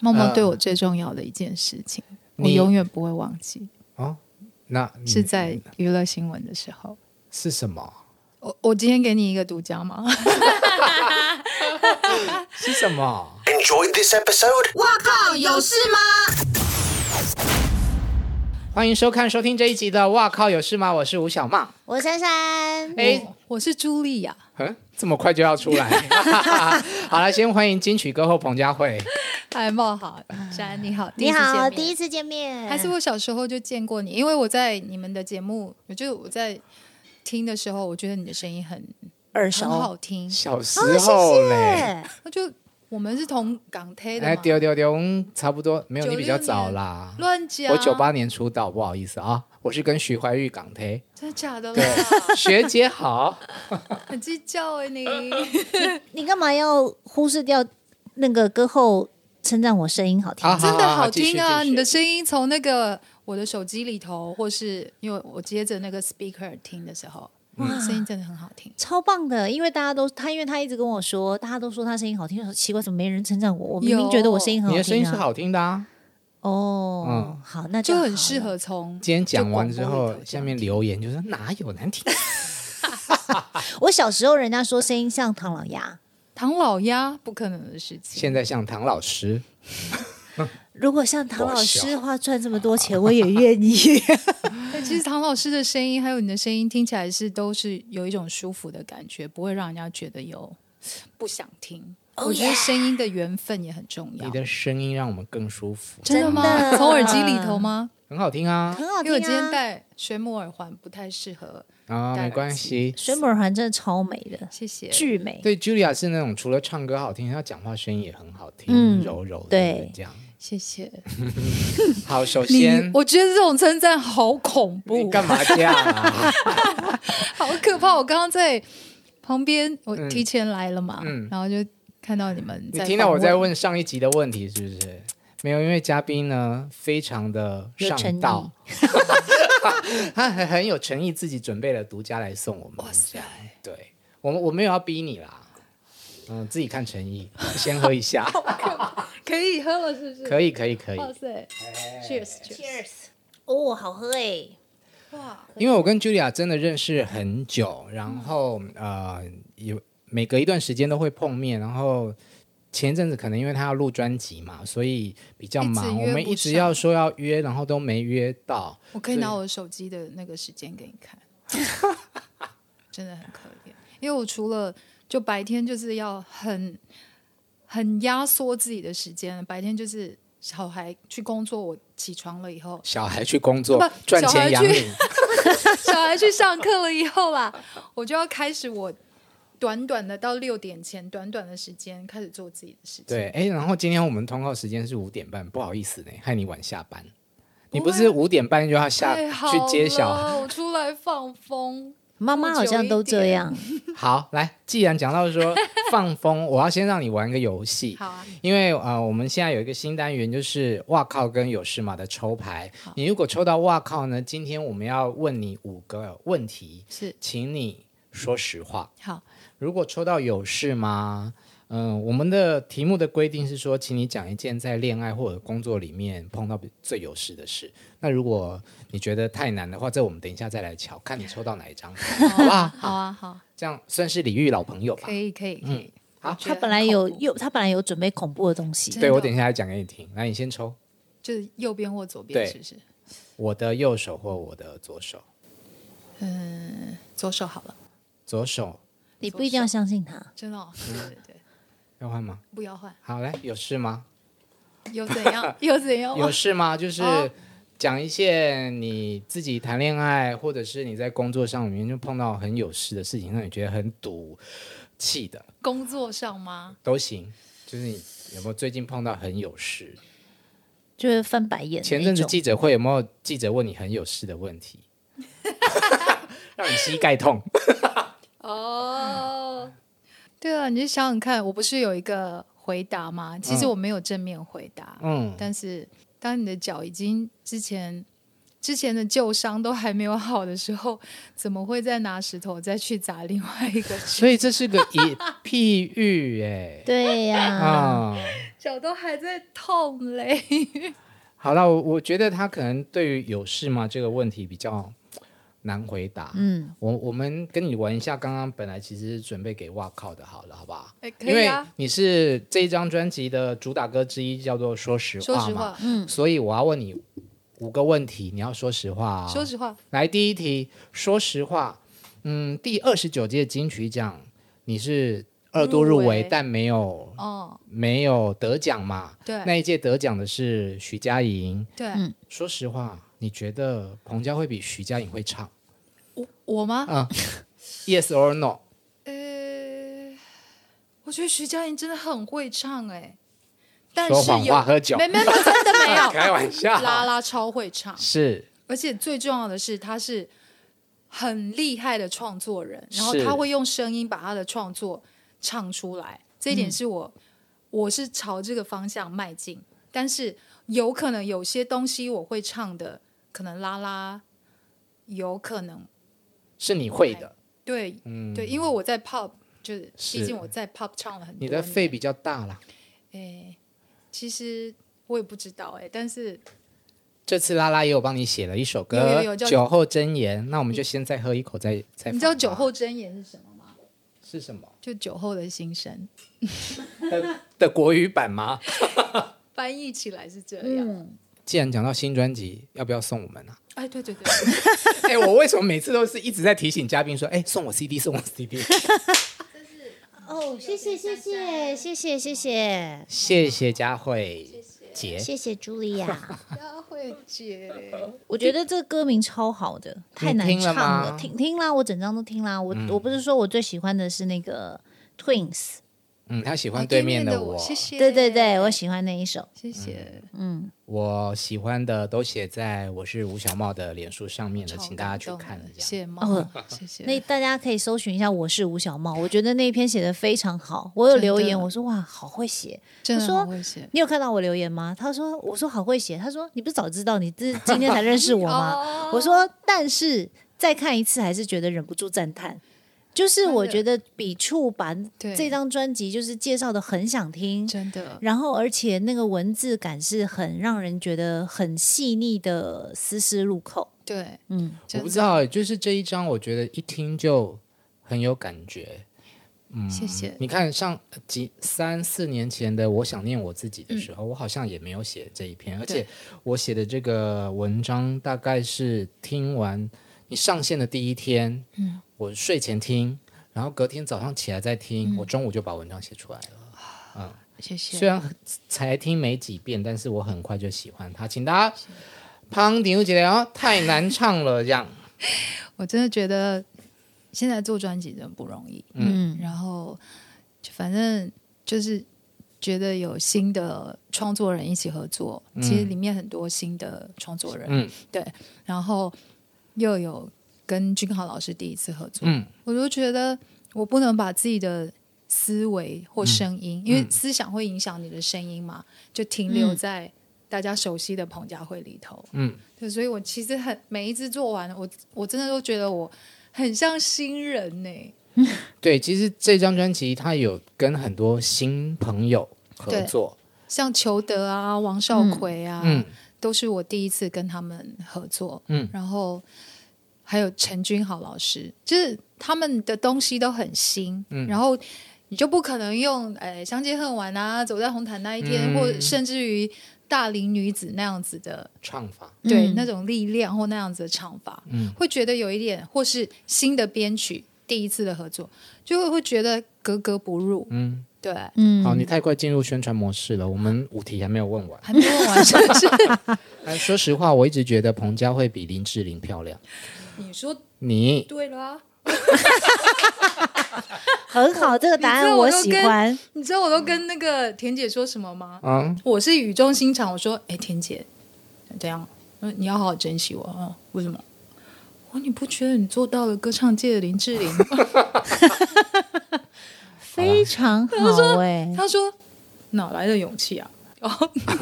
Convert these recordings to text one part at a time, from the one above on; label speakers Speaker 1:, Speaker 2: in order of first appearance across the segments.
Speaker 1: 梦梦对我最重要的一件事情，我
Speaker 2: 嗯你
Speaker 1: 永远不会忘记，
Speaker 2: 哦，那你
Speaker 1: 是在娱乐新闻的时候。
Speaker 2: 是什么？
Speaker 1: 我我今天给你一个独家吗？
Speaker 2: 是什么？
Speaker 3: Enjoyed this episode?
Speaker 2: 欢迎收看收听这一集的《哇靠有事吗》，我是吴小茂。
Speaker 4: 我珊珊，
Speaker 2: 哎，
Speaker 1: 我是茱莉亚，
Speaker 2: 嗯，这么快就 要出来？ 好了，先欢迎金曲歌后彭佳慧。
Speaker 1: 嗨，茂好，哎珊你好，啊第一
Speaker 4: 你
Speaker 1: 次见
Speaker 4: 好，
Speaker 1: 面
Speaker 4: 第一次见面，
Speaker 1: 还是我小时候就见过你，因为我在你们的节目，我就我在听的时候，我觉得你的声音很
Speaker 4: 耳
Speaker 1: 很好听，
Speaker 2: 小时候
Speaker 4: 哦
Speaker 2: 嘞，
Speaker 4: 对
Speaker 1: 那就我们是同港台的
Speaker 2: 哎，
Speaker 1: 嘛，
Speaker 2: 丢丢丢，嗯差不多没有你比较
Speaker 1: 96
Speaker 2: 早
Speaker 1: 年
Speaker 2: 啦。
Speaker 1: 乱讲，
Speaker 2: 我九八年出道，不好意思啊，我是跟徐怀钰 港台
Speaker 1: 真的假的啦
Speaker 2: 对，学姐好。
Speaker 1: 很计较哎你，
Speaker 4: 你干嘛要忽视掉那个歌后称赞我声音好听？
Speaker 2: 啊
Speaker 1: 真的好
Speaker 2: 继续
Speaker 1: 听啊！
Speaker 2: 继续
Speaker 1: 你的声音从那个我的手机里头，或是因为我接着那个 speaker 听的时候，声音真的很好听。
Speaker 4: 超棒的，因为大家都他，因为他一直跟我说，大家都说他声音好听，我说奇怪，怎么没人称赞我？我明明
Speaker 1: 有
Speaker 4: 觉得我声音很好
Speaker 2: 你
Speaker 4: 听、啊，
Speaker 2: 的声音是好听的啊！
Speaker 4: 哦，
Speaker 2: 嗯
Speaker 4: 好，那
Speaker 1: 就
Speaker 4: 好
Speaker 1: 很适
Speaker 4: 了。
Speaker 1: 合从
Speaker 2: 今天讲完之
Speaker 1: 就广播
Speaker 2: 后
Speaker 1: 里，头这
Speaker 2: 下
Speaker 1: 样
Speaker 2: 面留言就说哪有难听？
Speaker 4: 我小时候人家说声音像唐老鸭，
Speaker 1: 唐老鸭不可能的事情，
Speaker 2: 现在像唐老师，
Speaker 4: 如果像唐老
Speaker 2: 我
Speaker 4: 师
Speaker 2: 笑
Speaker 4: 的话，赚这么多钱我也愿意。
Speaker 1: 但其实唐老师的声音还有你的声音听起来是都是有一种舒服的感觉，不会让人家觉得有不想听。我觉得声音的缘分也很重要
Speaker 2: 你。的声音让我们更舒服，
Speaker 1: 真的
Speaker 4: 真
Speaker 1: 吗？
Speaker 4: 的
Speaker 1: 从耳机里头吗？
Speaker 2: 很好听啊
Speaker 4: 很好
Speaker 1: 因
Speaker 4: 听
Speaker 1: 为
Speaker 4: 啊！
Speaker 1: 我今天戴水母耳环不太适合，
Speaker 2: 啊，没关系。
Speaker 4: 水母耳环真的超美的，
Speaker 1: 谢谢。
Speaker 4: 巨美。
Speaker 2: 对，Julia 是那种除了唱歌好听，她讲话声音也很好听，
Speaker 4: 嗯
Speaker 2: 柔柔的
Speaker 4: 对
Speaker 2: 这样。
Speaker 1: 谢谢
Speaker 2: 好，首
Speaker 1: 你
Speaker 2: 先，
Speaker 1: 我觉得这种称赞好恐
Speaker 2: 你
Speaker 1: 怖，
Speaker 2: 干嘛这样啊？
Speaker 1: 好可怕！我刚刚在旁边，我
Speaker 2: 嗯
Speaker 1: 提前来了嘛，
Speaker 2: 嗯
Speaker 1: 然后就看到你们
Speaker 2: 你
Speaker 1: 在，
Speaker 2: 听到我在，问上一集的问题是不是？没有，因为嘉宾呢非常的上道， 他很很有诚意，自己准备了独家来送我们。这样，对我们我没有要逼你啦，嗯，自己看诚意，先喝一下，
Speaker 1: 可以喝了是不是？
Speaker 2: 可以可以可以。
Speaker 1: 哇塞，Cheers Cheers！
Speaker 4: 哦，好喝哎！
Speaker 1: 哇，
Speaker 2: 因为我跟 Julia 真的认识很久，然后呃，有每隔一段时间都会碰面，然后前一阵子可能因为他要录专辑嘛，所以比较
Speaker 1: 一直
Speaker 2: 忙，
Speaker 1: 约
Speaker 2: 我
Speaker 1: 不
Speaker 2: 们一直要说要约，然后都没约到。
Speaker 1: 我可以
Speaker 2: 对
Speaker 1: 拿我手机的那个时间给你看，真的很可怜，因为我除了就白天就是要很很压缩自己的时间，白天就是小孩去工作，我起床了以后，
Speaker 2: 小孩去工作
Speaker 1: 不
Speaker 2: 赚钱养
Speaker 1: 小
Speaker 2: 你，
Speaker 1: 小孩去上课了以后啦，我就要开始我短短的到六点前，短短的时间开始做自己的事情。
Speaker 2: 对，哎，然后今天我们通告时间是五点半，不好意思呢，害你晚下班。你
Speaker 1: 不会
Speaker 2: 不
Speaker 1: 啊
Speaker 2: 是五点半就要下
Speaker 1: 太好
Speaker 2: 去接小孩？
Speaker 1: 了，我出来放风。
Speaker 4: 妈妈好像都这样，
Speaker 2: 好，来，既然讲到说放风，我要先让你玩个游戏。
Speaker 1: 好啊，
Speaker 2: 因为呃，我们现在有一个新单元，就是“哇靠”跟“有事吗”的抽牌。你如果抽到“哇靠”呢，今天我们要问你五个问题，
Speaker 1: 是
Speaker 2: 请你说实话。
Speaker 1: 好，啊
Speaker 2: 如果抽到“有事吗”，嗯、我们的题目的规定是说，请你讲一件在恋爱或者工作里面碰到最有事的事。那如果你觉得太难的话，这我们等一下再来瞧，看你抽到哪一张 牌，好不好？
Speaker 1: 好啊，好，
Speaker 2: 这样算是李玉老朋友吧
Speaker 1: 可。以，可以，可以。
Speaker 2: 嗯好
Speaker 1: 觉
Speaker 4: 他
Speaker 1: 得
Speaker 4: 本来
Speaker 1: 很
Speaker 4: 有
Speaker 1: 恐怖
Speaker 4: 有他本来有准备恐怖的东西，
Speaker 1: 真
Speaker 2: 对，
Speaker 1: 的
Speaker 2: 我等一下来讲给你听。来，你先抽。
Speaker 1: 就是右边或左边，
Speaker 2: 对
Speaker 1: 是不是？
Speaker 2: 我的右手或我的左手，
Speaker 1: 嗯，左手好了，
Speaker 2: 左手
Speaker 4: 你不一定要相信他。
Speaker 1: 真的、哦，
Speaker 2: 嗯
Speaker 1: 对对对，
Speaker 2: 要换吗？
Speaker 1: 不要换，
Speaker 2: 好，来，有事吗？
Speaker 1: 有怎 样？有怎样吗？
Speaker 2: 有事吗？就是
Speaker 1: 哦
Speaker 2: 讲一些你自己谈恋爱，或者是你在工作上里面就碰到很有事的事情，让你觉得很堵气的
Speaker 1: 工作上吗？
Speaker 2: 都行。就是你有没有最近碰到很有事？
Speaker 4: 就是翻白眼
Speaker 2: 前
Speaker 4: 那
Speaker 2: 阵子
Speaker 4: 种
Speaker 2: 记者会有没有记者问你很有事的问题？让你膝盖痛，
Speaker 1: 哦，对啊，你就想想看，我不是有一个回答吗？其实我没有正面回答，
Speaker 2: 嗯，
Speaker 1: 但是当你的脚已经之前之前的旧伤都还没有好的时候，怎么会再拿石头再去砸另外一个？
Speaker 2: 所以这是个一 譬喻哎、
Speaker 4: 对呀、
Speaker 2: 啊、
Speaker 1: 脚都还在痛嘞。
Speaker 2: 好了，我我觉得他可能对于有事吗这个问题比较难回答。
Speaker 4: 嗯，
Speaker 2: 我我们跟你玩一下，刚刚本来其实是准备给哇靠的，好了，好不好？
Speaker 1: 哎，可
Speaker 2: 因
Speaker 1: 以
Speaker 2: 为
Speaker 1: 啊，
Speaker 2: 你是这一张专辑的主打歌之一，叫做《说实
Speaker 1: 说
Speaker 2: 话》
Speaker 1: 实
Speaker 2: 啊嘛，
Speaker 1: 话，
Speaker 4: 嗯
Speaker 2: 所以我要问你五个问题，你要说实话、哦。
Speaker 1: 说实话，
Speaker 2: 来第一题，说实话，嗯，第二十九届金曲奖你是二度
Speaker 1: 入
Speaker 2: 入围，
Speaker 1: 围
Speaker 2: 但没有
Speaker 1: 哦，
Speaker 2: 没有得奖嘛？
Speaker 1: 对
Speaker 2: 那嗯一届得奖的是徐佳莹。
Speaker 1: 对，
Speaker 2: 说实话，你觉得彭佳慧比徐佳莹会唱
Speaker 1: 我我吗？
Speaker 2: 啊、y e s or no？
Speaker 1: 呃，我觉得徐佳莹真的很会唱哎、但
Speaker 2: 说
Speaker 1: 是
Speaker 2: 谎
Speaker 1: 有
Speaker 2: 话，喝酒
Speaker 1: 没，没没，真的没有。
Speaker 2: 开玩笑，
Speaker 1: 拉拉超会唱，
Speaker 2: 是
Speaker 1: 而且最重要的是，她是很厉害的创作人，然后
Speaker 2: 是
Speaker 1: 她会用声音把她的创作唱出来，这一点是我、我是朝这个方向迈进。但是有可能有些东西我会唱的，可能拉拉有可能
Speaker 2: 是你会的，
Speaker 1: 对、
Speaker 2: 嗯，
Speaker 1: 对，因为我在 pop 就是，
Speaker 2: 是
Speaker 1: 毕竟我在 pop 唱了很多
Speaker 2: 你的
Speaker 1: 年
Speaker 2: 肺比较大啦。
Speaker 1: 哎，其实我也不知道哎、但是
Speaker 2: 这次拉拉也有帮你写了一首歌
Speaker 1: 有有
Speaker 2: 《
Speaker 1: 有叫
Speaker 2: 酒后真言》，那我们就先再喝一口再再。
Speaker 1: 你知道酒后真言是什么吗？
Speaker 2: 是什么
Speaker 1: 就酒后的心声，
Speaker 2: 的国语版吗？
Speaker 1: 翻译起来是这样。
Speaker 4: 嗯，
Speaker 2: 既然讲到新专辑，要不要送我们啊？
Speaker 1: 哎，对 对对，
Speaker 2: 哎，我为什么每次都是一直在提醒嘉宾说，哎，送我 CD，送我 CD？
Speaker 4: 哦，谢谢谢谢谢谢谢谢
Speaker 2: 谢谢佳慧姐，
Speaker 4: 谢谢茱莉亚，
Speaker 1: 佳慧姐，
Speaker 4: 我觉得这个歌名超好的，太难
Speaker 2: 你听了
Speaker 4: 唱
Speaker 2: 吗
Speaker 4: 了，听听啦，我整张都听啦，我、
Speaker 2: 嗯
Speaker 4: 我不是说我最喜欢的是那个 Twins，
Speaker 2: 嗯，她喜
Speaker 1: 哦
Speaker 2: 欢
Speaker 1: 对
Speaker 2: 面
Speaker 1: 的
Speaker 2: 我，
Speaker 1: 谢谢，
Speaker 4: 对对对，我喜欢那一首，
Speaker 1: 谢谢，
Speaker 4: 嗯，
Speaker 2: 我喜欢的都写在我是吴小茂的脸书上面了，
Speaker 1: 超
Speaker 2: 请大家
Speaker 1: 感
Speaker 2: 去
Speaker 1: 动
Speaker 2: 看
Speaker 1: 的
Speaker 2: 一
Speaker 1: 谢
Speaker 2: 下。
Speaker 1: 谢
Speaker 4: 哦
Speaker 1: 妈妈谢谢。
Speaker 4: 那大家可以搜寻一下《我是吴小茂》，我觉得那一篇写的非常好，我有
Speaker 1: 真的
Speaker 4: 留言，我说哇，好会写，
Speaker 1: 真的
Speaker 4: 我说
Speaker 1: 很会写
Speaker 4: 你有看到我留言吗？他说：“我说好会写。”他说：“你不是早知道你这今天才认识我吗？”
Speaker 1: 哦
Speaker 4: 我说：“但是再看一次，还是觉得忍不住赞叹。”就是我觉得笔触把
Speaker 1: 对
Speaker 4: 这张专辑就是介绍的很想听，
Speaker 1: 真的，
Speaker 4: 然后而且那个文字感是很让人觉得很细腻的丝丝入扣。
Speaker 1: 对，
Speaker 4: 嗯，
Speaker 2: 我
Speaker 1: 真
Speaker 2: 不
Speaker 1: 的
Speaker 2: 知道欸，就是这一张，我觉得一听就很有感觉。
Speaker 1: 谢谢。
Speaker 2: 你看上呃几三四年前的《我想念我自己》的时
Speaker 1: 嗯
Speaker 2: 候，我好像也没有写这一篇，而且我写的这个文章大概是听完你上线的第一天，嗯，我睡前听，然后隔天早上起来再
Speaker 1: 嗯
Speaker 2: 听，我中午就把文章写出来了。
Speaker 1: 谢
Speaker 2: 虽
Speaker 1: 谢，
Speaker 2: 然才听没几遍，但是我很快就喜欢它。请大家胖顶起来哦，太难唱了，这样
Speaker 1: 我真的觉得现在做专辑真的不容易，
Speaker 4: 嗯，
Speaker 1: 然后就反正就是觉得有新的创作人一起合作，其实里面很多新的创作人，
Speaker 2: 嗯
Speaker 1: 对，然后又有跟君豪老师第一次合作，
Speaker 2: 嗯
Speaker 1: 我就觉得我不能把自己的思维或声
Speaker 2: 嗯
Speaker 1: 音，因为思想会影响你的声音嘛，就停留在大家熟悉的彭佳慧里头，
Speaker 2: 嗯，
Speaker 1: 对，所以我其实很每一次做完，我我真的都觉得我很像新人呢、
Speaker 2: 对。其实这张专辑它有跟很多新朋友合
Speaker 1: 对
Speaker 2: 作，
Speaker 1: 像裘德啊、王少奎啊，
Speaker 2: 嗯。
Speaker 1: 都是我第一次跟他们合作。
Speaker 2: 嗯
Speaker 1: 然后还有陈君豪老师，就是他们的东西都很新，
Speaker 2: 嗯
Speaker 1: 然后你就不可能用呃《相见恨晚》啊，《走在红毯那一天》
Speaker 2: 嗯
Speaker 1: 或甚至于《大龄女子》那样子的
Speaker 2: 唱法，
Speaker 1: 对、
Speaker 4: 嗯
Speaker 1: 那种力量或那样子的唱法，
Speaker 2: 嗯
Speaker 1: 会觉得有一点，或是新的编曲，第一次的合作，就会会觉得格格不入。
Speaker 2: 嗯，
Speaker 1: 对，
Speaker 4: 嗯
Speaker 2: 好，你太快进入宣传模式了，我们五题还没有问完。
Speaker 1: 还没问完，是 不是？嗯
Speaker 2: 但说实话，我一直觉得彭佳慧比林志玲漂亮。
Speaker 1: 你说
Speaker 2: 你
Speaker 1: 对了啊。
Speaker 4: 很好，这个答
Speaker 1: 你知
Speaker 4: 案
Speaker 1: 道我都
Speaker 4: 喜
Speaker 1: 跟
Speaker 4: 欢。
Speaker 1: 你知道我都跟那个田姐说什么吗？
Speaker 2: 啊，
Speaker 1: 我是语重心长，我说：“哎、田姐，怎样？嗯你要好好珍惜我啊、嗯为什么？我说你不觉得你做到了歌唱界的林志玲吗
Speaker 4: 非常好哎、？”
Speaker 1: 她说：“哪来的哦 勇气啊？”然后她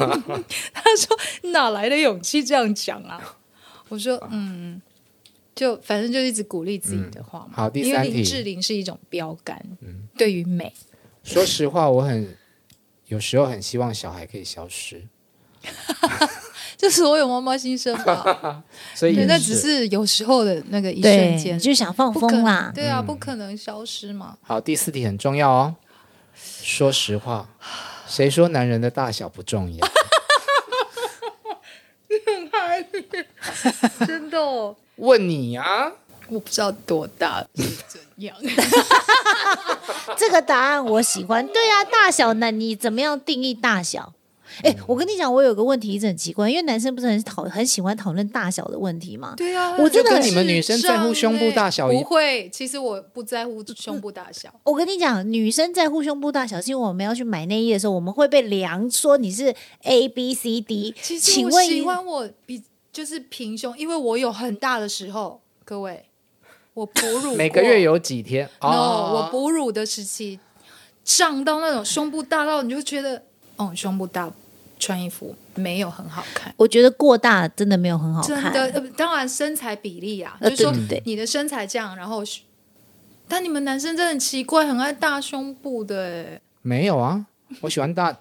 Speaker 1: 说：“哪来的勇气这样讲啊？”我说嗯，就反正就一直鼓励自己的话嘛。
Speaker 2: 嗯好第
Speaker 1: 因为
Speaker 2: 三
Speaker 1: 林
Speaker 2: 题嗯
Speaker 1: 志玲是一种标杆，对于美，
Speaker 2: 说实话，我很有时候很希望小孩可以消失，
Speaker 1: 这是我有妈妈心声 吧？
Speaker 2: 所以
Speaker 1: 对，
Speaker 2: 也
Speaker 1: 那只是有时候的那个一瞬
Speaker 4: 对，
Speaker 1: 间，
Speaker 4: 就想放
Speaker 1: 不可
Speaker 4: 风
Speaker 1: 能
Speaker 4: 啦。
Speaker 1: 对
Speaker 2: 嗯
Speaker 1: 啊，不可能消失嘛。
Speaker 2: 好。第四题很重要哦。说实话，谁说男人的大小不重要？
Speaker 1: 真的、 哦
Speaker 2: 问你啊，
Speaker 1: 我不知道多大是怎 样。
Speaker 4: 这个答案我喜欢。对啊，大小呢？你怎么样定义大小？哎，我跟你讲，我有个问题一直很奇怪，因为男生不是很讨很喜欢讨论大小的问题吗？
Speaker 1: 对 啊，
Speaker 4: 我真的很
Speaker 2: 就跟你们女生在乎胸部大小一
Speaker 1: 欸不会，其实我不在乎胸部大小。
Speaker 4: 我跟你讲，女生在乎胸部大小，是因为我们要去买内衣的时候，我们会被量说你是 A B C D。
Speaker 1: 其实
Speaker 4: 请
Speaker 1: 我
Speaker 4: 问
Speaker 1: 喜欢我比就是平胸，因为我有很大的时候，各位，我哺乳过
Speaker 2: 每个月有几天？啊
Speaker 1: no，我哺乳的时期胀到那种胸部大到你就觉得，哦，胸部大，穿衣服没有很好看。
Speaker 4: 我觉得过大真的没有很好
Speaker 1: 真
Speaker 4: 看，
Speaker 1: 的，呃，当然身材比例啊，
Speaker 4: 呃
Speaker 1: 就是说
Speaker 4: 对对对
Speaker 1: 你的身材这样，然后是，但你们男生真的很奇怪，很爱大胸部的欸，
Speaker 2: 没有啊，我喜欢大。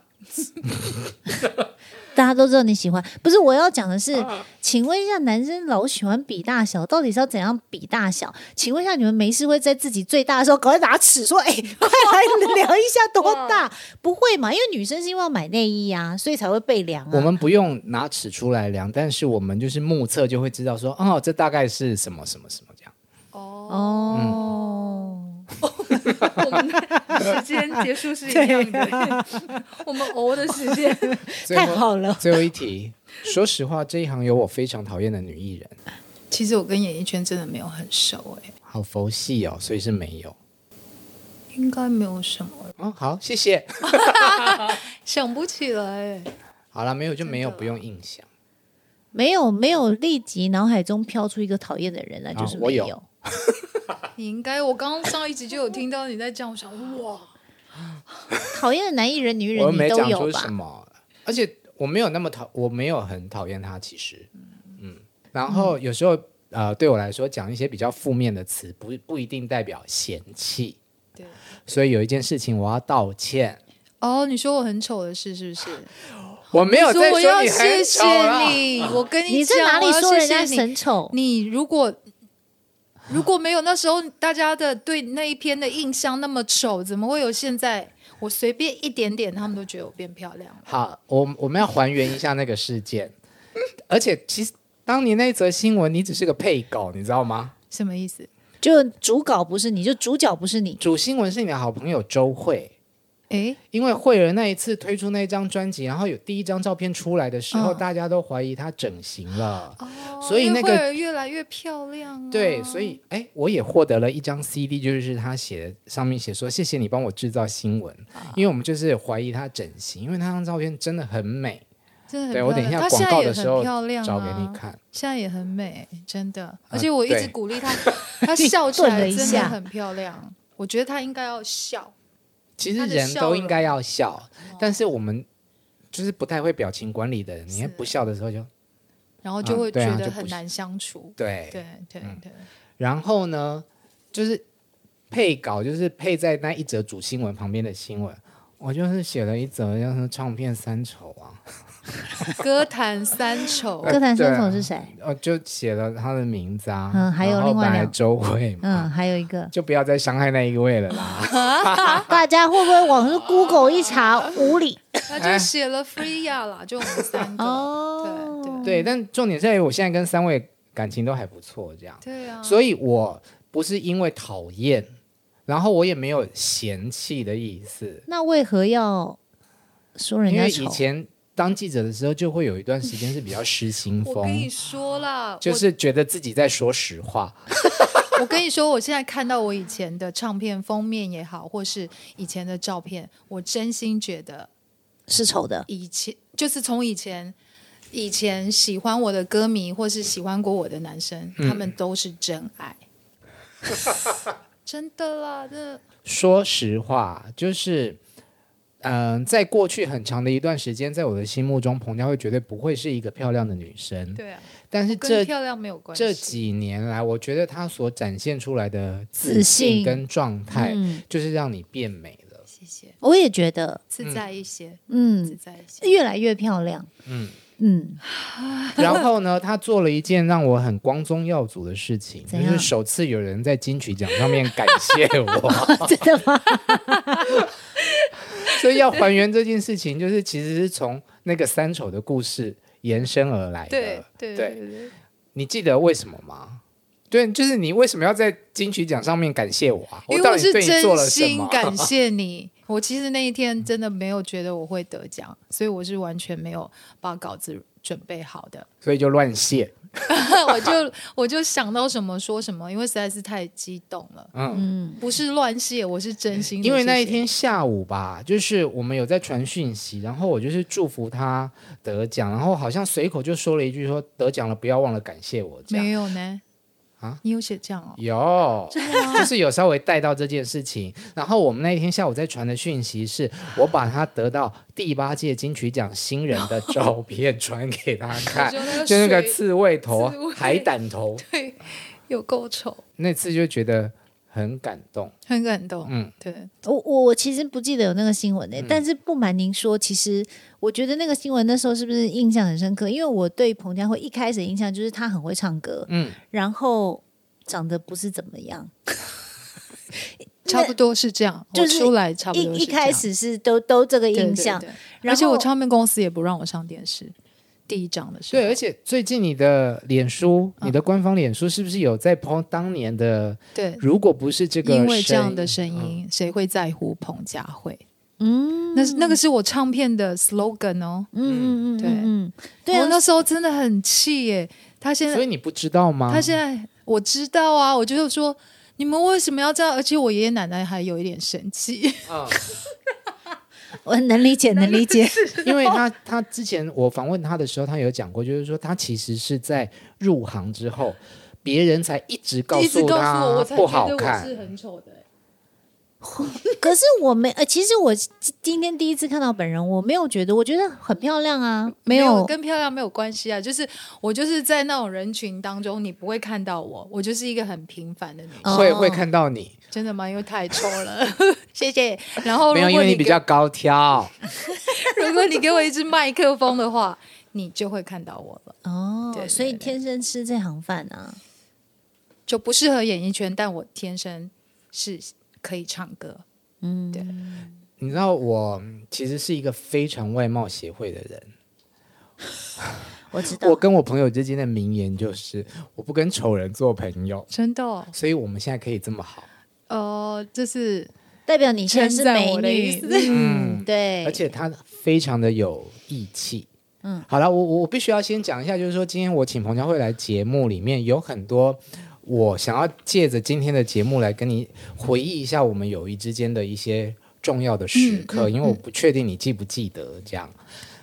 Speaker 4: 大家都知道你喜欢。不是我要讲的是，
Speaker 1: 啊
Speaker 4: 请问一下，男生老喜欢比大小，到底是要怎样比大小？请问一下，你们没事会在自己最大的时候赶快拿尺说：“ 哎、快来量一下多大？”不会嘛？因为女生是因为要买内衣啊，所以才会被量啊。
Speaker 2: 我们不用拿尺出来量，但是我们就是目测就会知道说，哦，这大概是什么什么什么这样。嗯
Speaker 4: 哦，
Speaker 1: 我们的时间结束是一样 的， 我们熬的时间，
Speaker 2: 最
Speaker 4: 太
Speaker 2: 后
Speaker 4: 好了。
Speaker 2: 最后一题，说实话，这一行有我非常讨厌的女艺人，
Speaker 1: 其实我跟演艺圈真的没有很熟，哎，
Speaker 2: 好佛系哦，所以是没有。
Speaker 1: 应该没有什么，
Speaker 2: 哦，好，谢谢。
Speaker 1: 想不起来，欸
Speaker 2: 好了，没有就没有，不用硬想。
Speaker 4: 没有没有立即脑海中飘出一个讨厌的人来，
Speaker 2: 啊
Speaker 4: 就是
Speaker 2: 我
Speaker 4: 没
Speaker 2: 有
Speaker 4: 有。
Speaker 1: 你应该，我刚刚上一集就有听到你在讲，我想哇，
Speaker 4: 讨厌的男艺人、女艺
Speaker 2: 我又
Speaker 4: 人，
Speaker 2: 没
Speaker 4: 你都
Speaker 2: 讲
Speaker 4: 有
Speaker 2: 出什
Speaker 4: 吧？
Speaker 2: 么，而且我没有那么讨，我没有很讨厌她，其实，嗯，然后有时候呃，对我来说讲一些比较负面的词，不不一定代表嫌弃，
Speaker 1: 对，
Speaker 2: 所以有一件事情我要道歉，
Speaker 1: 哦，你说我很丑的事是不是？
Speaker 2: 我没有
Speaker 1: 说
Speaker 2: 在
Speaker 1: 我要
Speaker 2: 你
Speaker 1: 谢
Speaker 2: 很
Speaker 1: 谢
Speaker 2: 丑啊啦，
Speaker 1: 你，我跟
Speaker 4: 你
Speaker 1: 讲，
Speaker 4: 在哪里
Speaker 1: 我要
Speaker 4: 说人家
Speaker 1: 谢谢你
Speaker 4: 神丑？
Speaker 1: 你如果如果没有那时候大家的对那一篇的印象那么丑，怎么会有现在？我随便一点点，他们都觉得我变漂亮了。
Speaker 2: 好，我我们要还原一下那个事件，而且其实当年那则新闻，你只是个配狗，你知道吗？
Speaker 1: 什么意思？
Speaker 4: 就主稿不是你，就主角不是你。
Speaker 2: 主新闻是你的好朋友周慧。
Speaker 1: 诶，
Speaker 2: 因为惠儿那一次推出那张专辑，然后有第一张照片出来的时候，
Speaker 1: 嗯
Speaker 2: 大家都怀疑她整形了。
Speaker 1: 哦
Speaker 2: 所以
Speaker 1: 因为
Speaker 2: 那个
Speaker 1: 惠儿越来越漂亮、啊。
Speaker 2: 对，所以哎，我也获得了一张 CD，就是她写的上面写说谢谢你帮我制造新闻，
Speaker 1: 啊
Speaker 2: 因为我们就是怀疑她整形，因为那张照片真的很美。
Speaker 1: 真的很
Speaker 2: 对我等一
Speaker 1: 漂亮她
Speaker 2: 下广
Speaker 1: 现在
Speaker 2: 告
Speaker 1: 也
Speaker 2: 的时候
Speaker 1: 很漂亮、啊、
Speaker 2: 找给你看，啊
Speaker 1: 现在也很美，真的。而且我一
Speaker 2: 对
Speaker 1: 直鼓励 她，她笑起
Speaker 4: 顿了
Speaker 1: 来
Speaker 4: 一
Speaker 1: 真的
Speaker 4: 下
Speaker 1: 很漂亮。我觉得她应该要笑，
Speaker 2: 其实
Speaker 1: 她的
Speaker 2: 人
Speaker 1: 笑
Speaker 2: 都
Speaker 1: 容哦
Speaker 2: 应该要笑，但是我们就是不太会表情管理的人，你看不笑的时候就
Speaker 1: 然后就会
Speaker 2: 嗯对啊
Speaker 1: 觉得
Speaker 2: 就不嗯
Speaker 1: 很
Speaker 2: 是
Speaker 1: 难相处。
Speaker 2: 对
Speaker 1: 对对对，
Speaker 2: 然后呢，就是配稿，就是配在那一则主新闻旁边的新闻。我就是写了一则，叫是唱片三丑啊，
Speaker 1: 歌坛三 丑，
Speaker 2: 哎
Speaker 4: 歌坛三丑是谁？
Speaker 2: 呃，就写了他的名字啊，
Speaker 4: 嗯还有
Speaker 2: 然后
Speaker 4: 另外
Speaker 2: 本来
Speaker 4: 两
Speaker 2: 周慧嘛，，
Speaker 4: 嗯，啊还有一个
Speaker 2: 就不要再伤害那一位了啦。
Speaker 4: 大家会不会网上 Google 一查无理？
Speaker 1: 他
Speaker 2: 哎
Speaker 1: 就写了 Freya 啦，就我们三个。
Speaker 4: 哦
Speaker 1: 对
Speaker 2: 对，但重点在于我现在跟三位感情都还不错，这样，
Speaker 1: 对啊，
Speaker 2: 所以我不是因为讨厌，然后我也没有嫌弃的意思，
Speaker 4: 那为何要说人
Speaker 2: 因
Speaker 4: 家
Speaker 2: 为
Speaker 4: 丑
Speaker 2: 以？前当记者的时候，就会有一段时间是比较失心疯。
Speaker 1: 我跟你说啦，
Speaker 2: 就是觉得自己在说实话，
Speaker 1: 我我跟你说，我现在看到我以前的唱片封面也好，或是以前的照片，我真心觉得
Speaker 4: 是丑的，
Speaker 1: 以前就是从以前。以前喜欢我的歌迷，或是喜欢过我的男生，
Speaker 2: 嗯
Speaker 1: 他们都是真爱，真的啦，真的。
Speaker 2: 说实话就是嗯、在过去很长的一段时间，在我的心目中，彭佳慧绝对不会是一个漂亮的女生。
Speaker 1: 对啊，
Speaker 2: 但是
Speaker 1: 跟
Speaker 2: 这
Speaker 1: 漂亮没有关系。
Speaker 2: 这几年来，我觉得她所展现出来的
Speaker 4: 自
Speaker 2: 自
Speaker 4: 信
Speaker 2: 信跟状态，
Speaker 4: 嗯，
Speaker 2: 就是让你变美了。
Speaker 1: 谢谢，
Speaker 4: 我也觉得，
Speaker 1: 自在一些，自
Speaker 4: 嗯，
Speaker 1: 在一些。
Speaker 4: 越来越漂亮，
Speaker 2: 嗯，
Speaker 4: 嗯，
Speaker 2: 然后呢，她做了一件让我很光宗耀祖的事情，
Speaker 4: 怎
Speaker 2: 就
Speaker 4: 样
Speaker 2: 是首次有人在金曲奖上面感谢我。
Speaker 4: 真的吗？
Speaker 2: 所以要还原这件事情，就是其实是从那个三丑的故事延伸而来的。
Speaker 1: 对对
Speaker 2: 对
Speaker 1: 对对，
Speaker 2: 你记得为什么吗？对，就是你为什么要在金曲奖上面感谢我啊？
Speaker 1: 因为
Speaker 2: 到
Speaker 1: 我
Speaker 2: 底
Speaker 1: 是
Speaker 2: 对你做
Speaker 1: 真
Speaker 2: 了什
Speaker 1: 心
Speaker 2: 么？啊
Speaker 1: 感谢你。我其实那一天真的没有觉得我会得奖，所以我是完全没有把稿子准备好的。
Speaker 2: 所以就乱谢。
Speaker 1: 我就我就想到什么说什么，因为实在是太激动了。
Speaker 2: 嗯，
Speaker 4: 嗯，
Speaker 1: 不是乱谢，我是真心的。
Speaker 2: 因为那
Speaker 1: 谢
Speaker 2: 一
Speaker 1: 谢，
Speaker 2: 天下午吧，就是我们有在传讯息，然后我就是祝福他得奖，然后好像随口就说了一句说得奖了不要忘了感谢我这样
Speaker 1: 没。有呢。
Speaker 2: 啊，
Speaker 1: 你有写这样哦？
Speaker 2: 有，就是有稍微带到这件事情。然后我们那一天下午在传的讯息是，我把他得到第八届金曲奖新人的照片传给他 看，
Speaker 1: 得
Speaker 2: 啊就那个刺猬头啊
Speaker 1: 刺猬、
Speaker 2: 海胆头，
Speaker 1: 对有够丑，
Speaker 2: 那次就觉得很感动。
Speaker 1: 很感动。
Speaker 2: 嗯，
Speaker 1: 对，
Speaker 4: 我我我其实不记得有那个新闻诶、但是不瞒您说，其实我觉得那个新闻那时候是不是印象很深刻？因为我对彭佳慧一开始的印象就是她很会唱歌，
Speaker 2: 嗯，
Speaker 4: 然后长得不是怎么样。
Speaker 1: 差不多是这样。
Speaker 4: 就
Speaker 1: 我
Speaker 4: 是
Speaker 1: 出来差不
Speaker 4: 一
Speaker 1: 多是
Speaker 4: 一
Speaker 1: 这样
Speaker 4: 开始是都都这个
Speaker 1: 对对
Speaker 4: 印象，
Speaker 1: 对
Speaker 4: 然
Speaker 1: 而
Speaker 4: 后
Speaker 1: 且我唱片公司也不让我上电视，第一张的时候。
Speaker 2: 对，而且最近你的脸书，你的官方脸书是不是有在 po 当年的？
Speaker 1: 对，
Speaker 2: 如果不是这个，嗯
Speaker 1: 因为这样的声音，谁会在乎彭佳慧？
Speaker 4: 嗯
Speaker 1: 那是那个是我唱片的 slogan 哦。
Speaker 4: 嗯嗯嗯，
Speaker 1: 对
Speaker 4: 嗯，对
Speaker 1: 我
Speaker 4: 啊，
Speaker 1: 那时候真的很气耶。他现在
Speaker 2: 嗯所以你不知道吗？
Speaker 1: 他现在我知道啊，我就是说你们为什么要这样？而且我爷爷奶奶还有一点生气，
Speaker 2: 嗯
Speaker 4: 我能 理解，能理解，
Speaker 2: 因为他他之前我访问他的时候，他有讲过，就是说他其实是在入行之后，别人才一直 告
Speaker 1: 一直
Speaker 2: 诉
Speaker 1: 告诉我，
Speaker 2: 他
Speaker 1: 我才
Speaker 2: 不
Speaker 1: 觉
Speaker 2: 好
Speaker 1: 得我是
Speaker 2: 看。
Speaker 1: 很丑的、
Speaker 4: 可是我没呃，其实我今今天第一次看到本人，我没有觉得，我觉得很漂亮啊，没有，
Speaker 1: 跟漂亮没有关系啊，就是我就是在那种人群当中，你不会看到我，我就是一个很平凡的女生，
Speaker 4: 哦
Speaker 2: 会会看到你，
Speaker 1: 真的吗？因为太丑了，谢谢。 然后
Speaker 2: 没有，
Speaker 1: 哦如
Speaker 2: 因
Speaker 1: 果
Speaker 2: 为你
Speaker 1: 你
Speaker 2: 比
Speaker 1: 给
Speaker 2: 较高挑。
Speaker 1: 如果你给我一支麦克风的话，你就会看到我了，
Speaker 4: 哦
Speaker 1: 对，对
Speaker 4: 所以
Speaker 1: 对
Speaker 4: 天生吃这行饭啊，
Speaker 1: 就不适合演艺圈，但我天生是可以唱歌，
Speaker 4: 嗯，
Speaker 1: 对
Speaker 2: 你知道我其实是一个非常外貌协会的人，
Speaker 4: 我知道
Speaker 2: 我，跟我朋友之间的名言就是我不跟丑人做朋友，
Speaker 1: 真的、哦。
Speaker 2: 所以我们现在可以这么好。
Speaker 1: 呃，就是
Speaker 4: 代表你现在是
Speaker 1: 称赞
Speaker 4: 美
Speaker 1: 我的意
Speaker 4: 女
Speaker 1: 思，
Speaker 4: 嗯，对，
Speaker 2: 而且他非常的有义气。
Speaker 4: 嗯
Speaker 2: 嗯，好了，我我我必须要先讲一下，就是说今天我请彭佳慧来节目里面有很多。我想要借着今天的节目来跟你回忆一下我们友谊之间的一些重要的时刻，
Speaker 1: 嗯
Speaker 2: 因为我不确定你记不记得这样。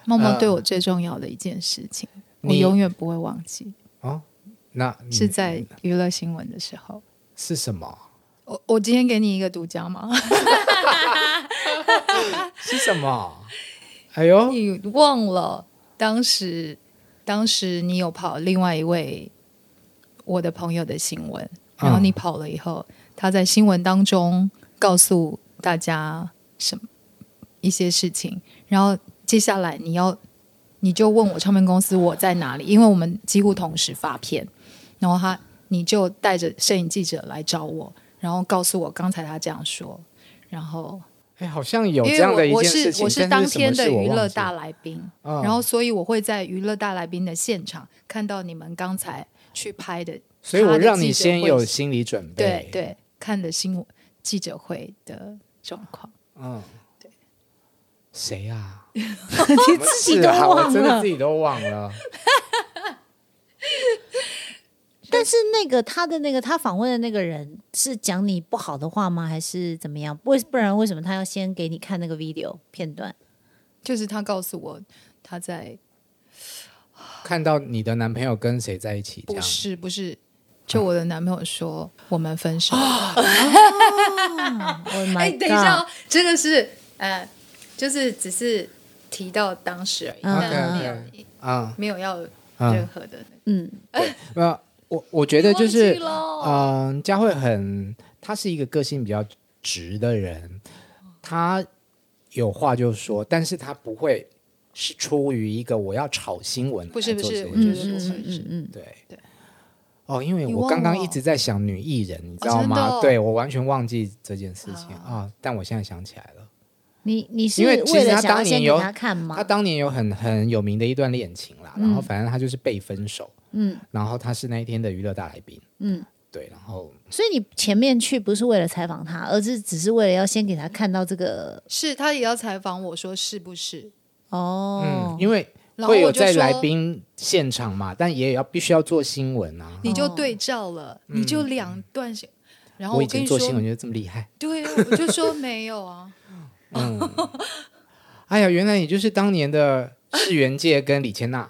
Speaker 1: 默默
Speaker 2: 呃
Speaker 1: 对我最重要的一件事情，我
Speaker 2: 你嗯
Speaker 1: 永远不会忘记，
Speaker 2: 那你
Speaker 1: 是在娱乐新闻的时候。
Speaker 2: 是什么？
Speaker 1: 我我今天给你一个独家吗？
Speaker 2: 是什 么？哎呦，
Speaker 1: 你忘了当时，当时你有跑另外一位我的朋友的新闻，然后
Speaker 2: 嗯
Speaker 1: 你跑了以后，他在新闻当中告诉大家什么一些事情，然后接下来你要你就问我唱片公司我在哪里，因为我们几乎同时发片，然后他你就带着摄影记者来找我，然后告诉我刚才他这样说，然后。
Speaker 2: 哎，好像有
Speaker 1: 因为
Speaker 2: 这样
Speaker 1: 我
Speaker 2: 的一
Speaker 1: 我
Speaker 2: 件事
Speaker 1: 是
Speaker 2: 情，
Speaker 1: 我
Speaker 2: 但
Speaker 1: 当
Speaker 2: 是什
Speaker 1: 天
Speaker 2: 么
Speaker 1: 的
Speaker 2: 事我
Speaker 1: 娱乐
Speaker 2: 忘记
Speaker 1: 大
Speaker 2: 了
Speaker 1: 来宾，
Speaker 2: 嗯
Speaker 1: 然后所以我会在娱乐大来宾的现场看到你们刚才去拍的，
Speaker 2: 所以我让你
Speaker 1: 他的记者会
Speaker 2: 先有心理准
Speaker 1: 对
Speaker 2: 备。，
Speaker 1: 对，看的新闻记者会的状况。
Speaker 2: 嗯，
Speaker 1: 对。
Speaker 2: 谁呀、
Speaker 4: 你
Speaker 2: 我
Speaker 4: 自己
Speaker 2: 是
Speaker 4: 都
Speaker 2: 啊
Speaker 4: 忘
Speaker 2: 我真的
Speaker 4: 了
Speaker 2: 自，己都忘了。
Speaker 4: 但是那个他的那个他访问的那个人是讲你不好的话吗？还是怎么样？为不然为什么他要先给你看那个 video 片段？
Speaker 1: 就是他告诉我他在
Speaker 2: 看到你的男朋友跟谁在一起，这
Speaker 1: 不
Speaker 2: 样
Speaker 1: 是不是，就我的男朋友说我们分手。
Speaker 4: Oh my 哎
Speaker 1: 哎、等一下、哦，这个是呃，就是只是提到当时而已，
Speaker 4: 嗯
Speaker 1: 但没有、
Speaker 2: 啊
Speaker 1: 没有要任
Speaker 2: 啊，
Speaker 1: 何的那个。
Speaker 4: 嗯，
Speaker 2: 那我我觉得就是
Speaker 1: 忘记咯
Speaker 2: 嗯，佳慧很，她是一个个性比较直的人，她有话就说，但是她不会是出于一个我要炒新闻
Speaker 1: 不是不是
Speaker 2: 来做
Speaker 1: 我
Speaker 2: 这
Speaker 1: 觉
Speaker 2: 件
Speaker 1: 得
Speaker 2: 事
Speaker 1: 不会
Speaker 2: 情
Speaker 4: 嗯嗯嗯
Speaker 2: 对
Speaker 1: 对。
Speaker 2: 哦，因为
Speaker 1: 你
Speaker 2: 我
Speaker 1: 忘
Speaker 2: 刚刚
Speaker 1: 了
Speaker 2: 一直在想女艺人，你知
Speaker 1: 哦
Speaker 2: 道
Speaker 1: 真的
Speaker 2: 吗？
Speaker 1: 哦
Speaker 2: 对我完全忘记这件事情啊、
Speaker 1: 啊
Speaker 2: 但我现在想起来了，
Speaker 4: 你你是
Speaker 2: 因为
Speaker 4: 为
Speaker 2: 其实
Speaker 4: 了
Speaker 2: 他
Speaker 4: 想要
Speaker 2: 当
Speaker 4: 先
Speaker 2: 年
Speaker 4: 给
Speaker 2: 有
Speaker 4: 他看吗
Speaker 2: 她？当年有很很有名的一段恋情
Speaker 1: 嗯
Speaker 2: 啦，然后反正她就是被分手，
Speaker 4: 嗯
Speaker 2: 然后她是那一天的娱乐大来宾，
Speaker 4: 嗯，
Speaker 2: 对，然后
Speaker 4: 所以你前面去不是为了采访他，而是只是为了要先给他看到这个
Speaker 1: 是他也要采访我说是不是？
Speaker 4: 哦
Speaker 2: 嗯，，因为
Speaker 1: 然后
Speaker 2: 会有
Speaker 1: 我就
Speaker 2: 在来
Speaker 1: 说
Speaker 2: 宾现场嘛，但也要必须要做新闻啊。
Speaker 1: 你就对照了，你就两段线。然后
Speaker 2: 嗯我以
Speaker 1: 跟
Speaker 2: 前
Speaker 1: 你
Speaker 2: 做
Speaker 1: 说，
Speaker 2: 新闻就这么厉害，
Speaker 1: 对啊，我就说没有啊，
Speaker 2: 哎呀，原来你就是当年的世元界跟李 千娜，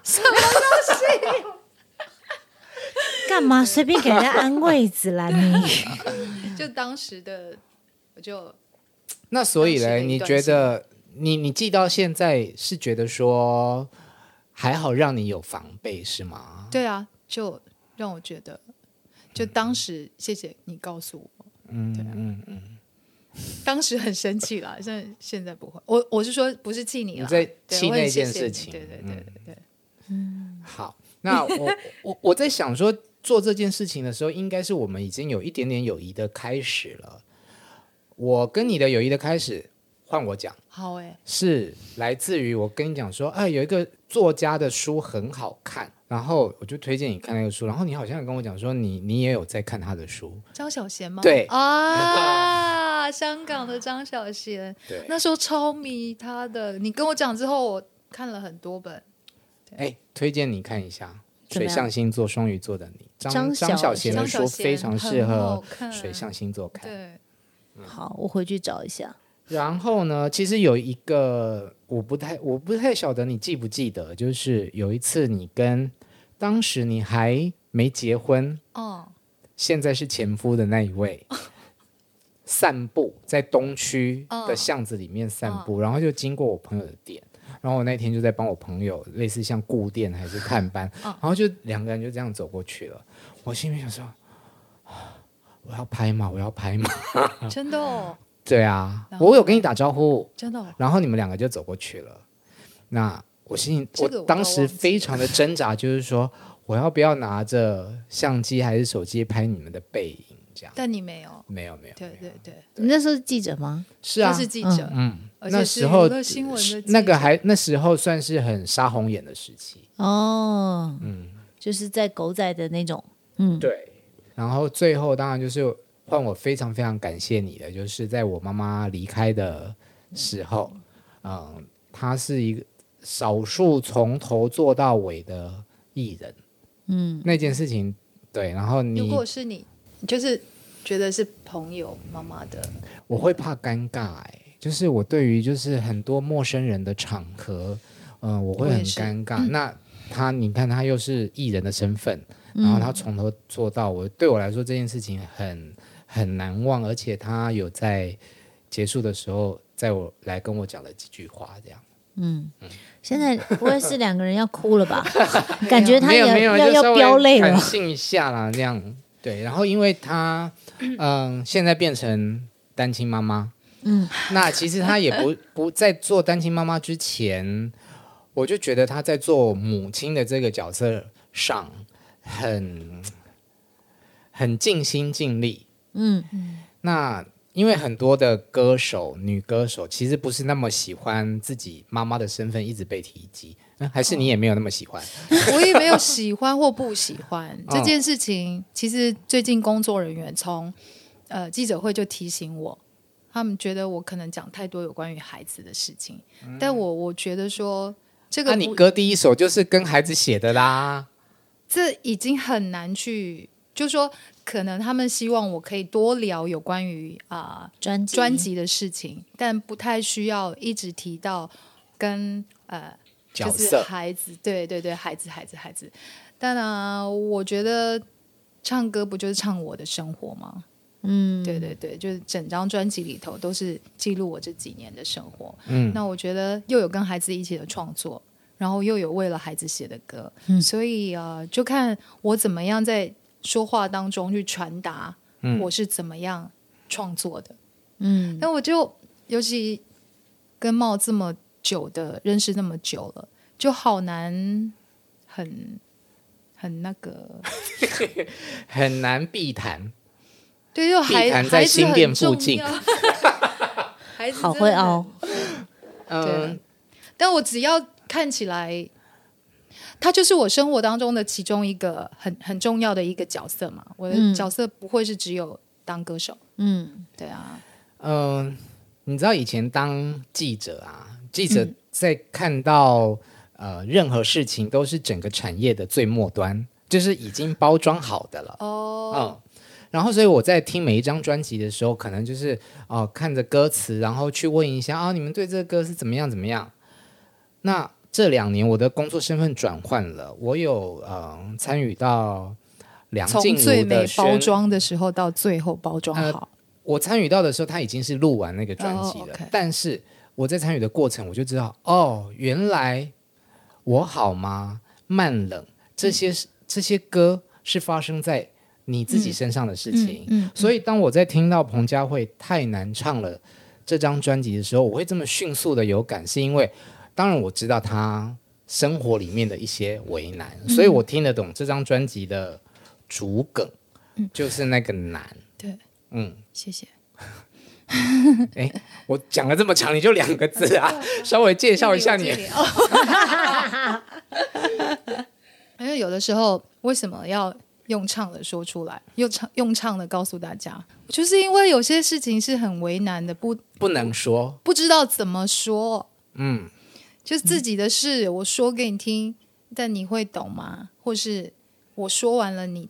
Speaker 4: 干嘛随便给人家安慰子啦你？
Speaker 1: 就当时的我就
Speaker 2: 那所以
Speaker 1: 当
Speaker 2: 嘞，
Speaker 1: 时的一
Speaker 2: 你
Speaker 1: 段
Speaker 2: 觉
Speaker 1: 新
Speaker 2: 得你你记到现在是觉得说还好让你有防备是吗？
Speaker 1: 对啊，就让我觉得，就当时谢谢你告诉我，啊
Speaker 2: 嗯嗯嗯，
Speaker 1: 当时很生气啦，现在现在不会，我我是说不是气你
Speaker 2: 你
Speaker 1: 啦，
Speaker 2: 在
Speaker 1: 啊对
Speaker 2: 气
Speaker 1: 我很
Speaker 2: 那
Speaker 1: 谢
Speaker 2: 件
Speaker 1: 谢
Speaker 2: 事
Speaker 1: 你
Speaker 2: 情嗯
Speaker 1: 对对对对对，
Speaker 2: 好。那我我我在想说，做这件事情的时候，应该是我们已经有一点点友谊的开始了。我跟你的友谊的开始，换我讲。
Speaker 1: 好哎，
Speaker 2: 是来自于我跟你讲说，哎，有一个作家的书很好看，然后我就推荐你看那个书，然后你好像也跟我讲说你你也有在看他的书，
Speaker 1: 张小娴吗？
Speaker 2: 对
Speaker 1: 啊，香港的张小娴，
Speaker 2: 对，
Speaker 1: 那时候超迷她的，你跟我讲之后，我看了很多本，
Speaker 2: 哎，推荐你看一下《
Speaker 4: 怎
Speaker 2: 水
Speaker 4: 么样
Speaker 2: 象星座双鱼座的你》，张
Speaker 4: 张小
Speaker 2: 小娴的
Speaker 1: 张小
Speaker 2: 书
Speaker 1: 娴
Speaker 2: 非常适
Speaker 1: 很好
Speaker 2: 合
Speaker 1: 看
Speaker 2: 水象星座看。
Speaker 1: 对，
Speaker 4: 好，我回去找一下。
Speaker 2: 然后呢，其实有一个我不太我不太晓得你记不记得，就是有一次你跟当时你还没结婚，
Speaker 1: 哦，
Speaker 2: 现在是前夫的那一 位，散步在东区
Speaker 1: 哦
Speaker 2: 的巷子里面散步，然后就经过我朋友的店，然后我那天就在帮我朋友类似像顾店还是探班，
Speaker 1: 哦
Speaker 2: 然后就两个人就这样走过去了。我心里想说，啊啊我要拍嘛，我要拍嘛，
Speaker 1: 真的哦，
Speaker 2: 对啊，
Speaker 1: 然后
Speaker 2: 我有跟你打招呼，
Speaker 1: 真的哦，
Speaker 2: 然后你们两个就走过去了。那我心里，
Speaker 1: 这个我
Speaker 2: 当
Speaker 1: 倒
Speaker 2: 时
Speaker 1: 忘记
Speaker 2: 非常的挣扎，就是说我要不要拿着相机还是手机拍你们的背影这样。
Speaker 1: 但你没有，
Speaker 2: 没有没有，
Speaker 1: 对对对，
Speaker 4: 你那时候是记者吗？
Speaker 2: 是
Speaker 1: 他
Speaker 2: 啊，
Speaker 1: 是记者，
Speaker 2: 嗯，
Speaker 1: 而
Speaker 2: 那
Speaker 1: 且
Speaker 2: 时
Speaker 1: 是
Speaker 2: 候
Speaker 1: 娱乐新闻的
Speaker 2: 那
Speaker 1: 记
Speaker 2: 个
Speaker 1: 者
Speaker 2: 还那时候算是很杀红眼的时期，
Speaker 4: 哦，
Speaker 2: 嗯，
Speaker 4: 就是在狗仔的那种，
Speaker 2: 对。嗯然后最后当然就是换我非常非常感谢你的，就是在我妈妈离开的时候，嗯，她是一个少数从头做到尾的艺人，
Speaker 4: 嗯，
Speaker 2: 那件事情对。然后
Speaker 1: 如
Speaker 2: 你
Speaker 1: 果是你，你就是觉得是朋友妈妈的，
Speaker 2: 我会怕尴尬、欸，就是我对于就是很多陌生人的场合，嗯、我会
Speaker 1: 我也
Speaker 2: 很
Speaker 1: 是
Speaker 2: 尴尬。那他，你看他又是艺人的身份，然后他从头做到尾，对我来说这件事情很很难忘，而且他有在结束的时候，在我来跟我讲了几句话，这样。
Speaker 4: 嗯
Speaker 2: 嗯
Speaker 4: 现在不会是两个人要哭了 吧？感觉他
Speaker 2: 没
Speaker 4: 也
Speaker 2: 有没有，
Speaker 4: 要
Speaker 2: 就稍
Speaker 4: 要
Speaker 2: 微
Speaker 4: 飙泪
Speaker 2: 感
Speaker 4: 了。
Speaker 2: 性一下啦，这样对。然后因为他，嗯，现在变成单亲妈妈，
Speaker 4: 嗯，
Speaker 2: 那其实他也不不在做单亲妈妈之前，我就觉得他在做母亲的这个角色上很很尽心尽力。
Speaker 4: 嗯，
Speaker 2: 那因为很多的歌手，女歌手其实不是那么喜欢自己妈妈的身份一直被提及，嗯还是你也没有那么喜欢？
Speaker 1: 我也没有喜欢或不喜欢
Speaker 2: 嗯
Speaker 1: 这件事情。其实最近工作人员从呃记者会就提醒我，他们觉得我可能讲太多有关于孩子的事情，但我我觉得说这
Speaker 2: 嗯那、
Speaker 1: 个
Speaker 2: 你
Speaker 1: 不
Speaker 2: 歌第一首就是跟孩子写的啦。
Speaker 1: 这已经很难去，就说可能他们希望我可以多聊有关于啊、
Speaker 4: 专辑
Speaker 1: 专辑的事情，但不太需要一直提到跟呃
Speaker 2: 角
Speaker 1: 就是
Speaker 2: 色
Speaker 1: 孩子，对对对，孩子孩子呃孩子。但啊，我觉得唱歌不就是唱我的生活吗？
Speaker 4: 嗯，
Speaker 1: 对对对，就是整张专辑里头都是记录我这几年的生活。
Speaker 2: 嗯，
Speaker 1: 那我觉得又有跟孩子一起的创作，然后又有为了孩子写的歌，
Speaker 4: 嗯
Speaker 1: 所以呃，就看我怎么样在说话当中去传达
Speaker 2: 嗯
Speaker 1: 我是怎么样创作的。
Speaker 4: 嗯，
Speaker 1: 那我就尤其跟茂这么久的认识那么久了，就好难很很那个。
Speaker 2: 很难避谈。
Speaker 1: 对，就孩
Speaker 2: 地毯在
Speaker 1: 孩子
Speaker 2: 新
Speaker 1: 很
Speaker 2: 店附
Speaker 1: 重
Speaker 2: 近
Speaker 1: 要，孩子
Speaker 4: 好
Speaker 1: 真的
Speaker 4: 会凹
Speaker 1: 很。
Speaker 2: 嗯
Speaker 1: 对，但我只要看起来，他就是我生活当中的其中一个很很重要的一个角色嘛。我
Speaker 4: 嗯
Speaker 1: 的角色不会是只有当歌手，
Speaker 4: 嗯
Speaker 1: 对啊，
Speaker 2: 嗯，你知道以前当记者啊，记者
Speaker 1: 嗯
Speaker 2: 在看到、呃任何事情都是整个产业的最末端，就是已经包装好的了。
Speaker 1: 哦，
Speaker 2: 嗯，然后所以我在听每一张专辑的时候，可能就是哦、看着歌词，然后去问一下啊，你们对这个歌是怎么样怎么样？那这两年我的工作身份转换了，我有嗯、呃参与到梁
Speaker 1: 从
Speaker 2: 静
Speaker 1: 最
Speaker 2: 茹
Speaker 1: 美
Speaker 2: 的宣
Speaker 1: 包装的时候到最后包装
Speaker 2: 呃
Speaker 1: 好，
Speaker 2: 我参与到的时候，他已经是录完那个专辑了。
Speaker 1: 哦，OK
Speaker 2: 但是我在参与的过程，我就知道哦，原来我好吗？慢冷这
Speaker 1: 嗯
Speaker 2: 些、这些歌是发生在你自己身上的事情。
Speaker 1: 嗯嗯
Speaker 2: 所以当我在听到彭佳慧太难唱了这张专辑的时候，我会这么迅速的有感，是因为当然我知道她生活里面的一些为难，
Speaker 1: 嗯
Speaker 2: 所以我听得懂这张专辑的主梗，
Speaker 1: 嗯
Speaker 2: 就是那个难。
Speaker 1: 对，
Speaker 2: 嗯，
Speaker 1: 谢谢。
Speaker 2: 我讲了这么长，你就两个 字啊，稍微介绍一下你。
Speaker 1: 因为有的时候为什么要用唱的说出来，用唱用唱的告诉大家，就是因为有些事情是很为难的，不
Speaker 2: 不能说，
Speaker 1: 不知道怎么说，
Speaker 2: 嗯，
Speaker 1: 就是自己的事，我说给你听，但你会懂吗？或是我说完了你，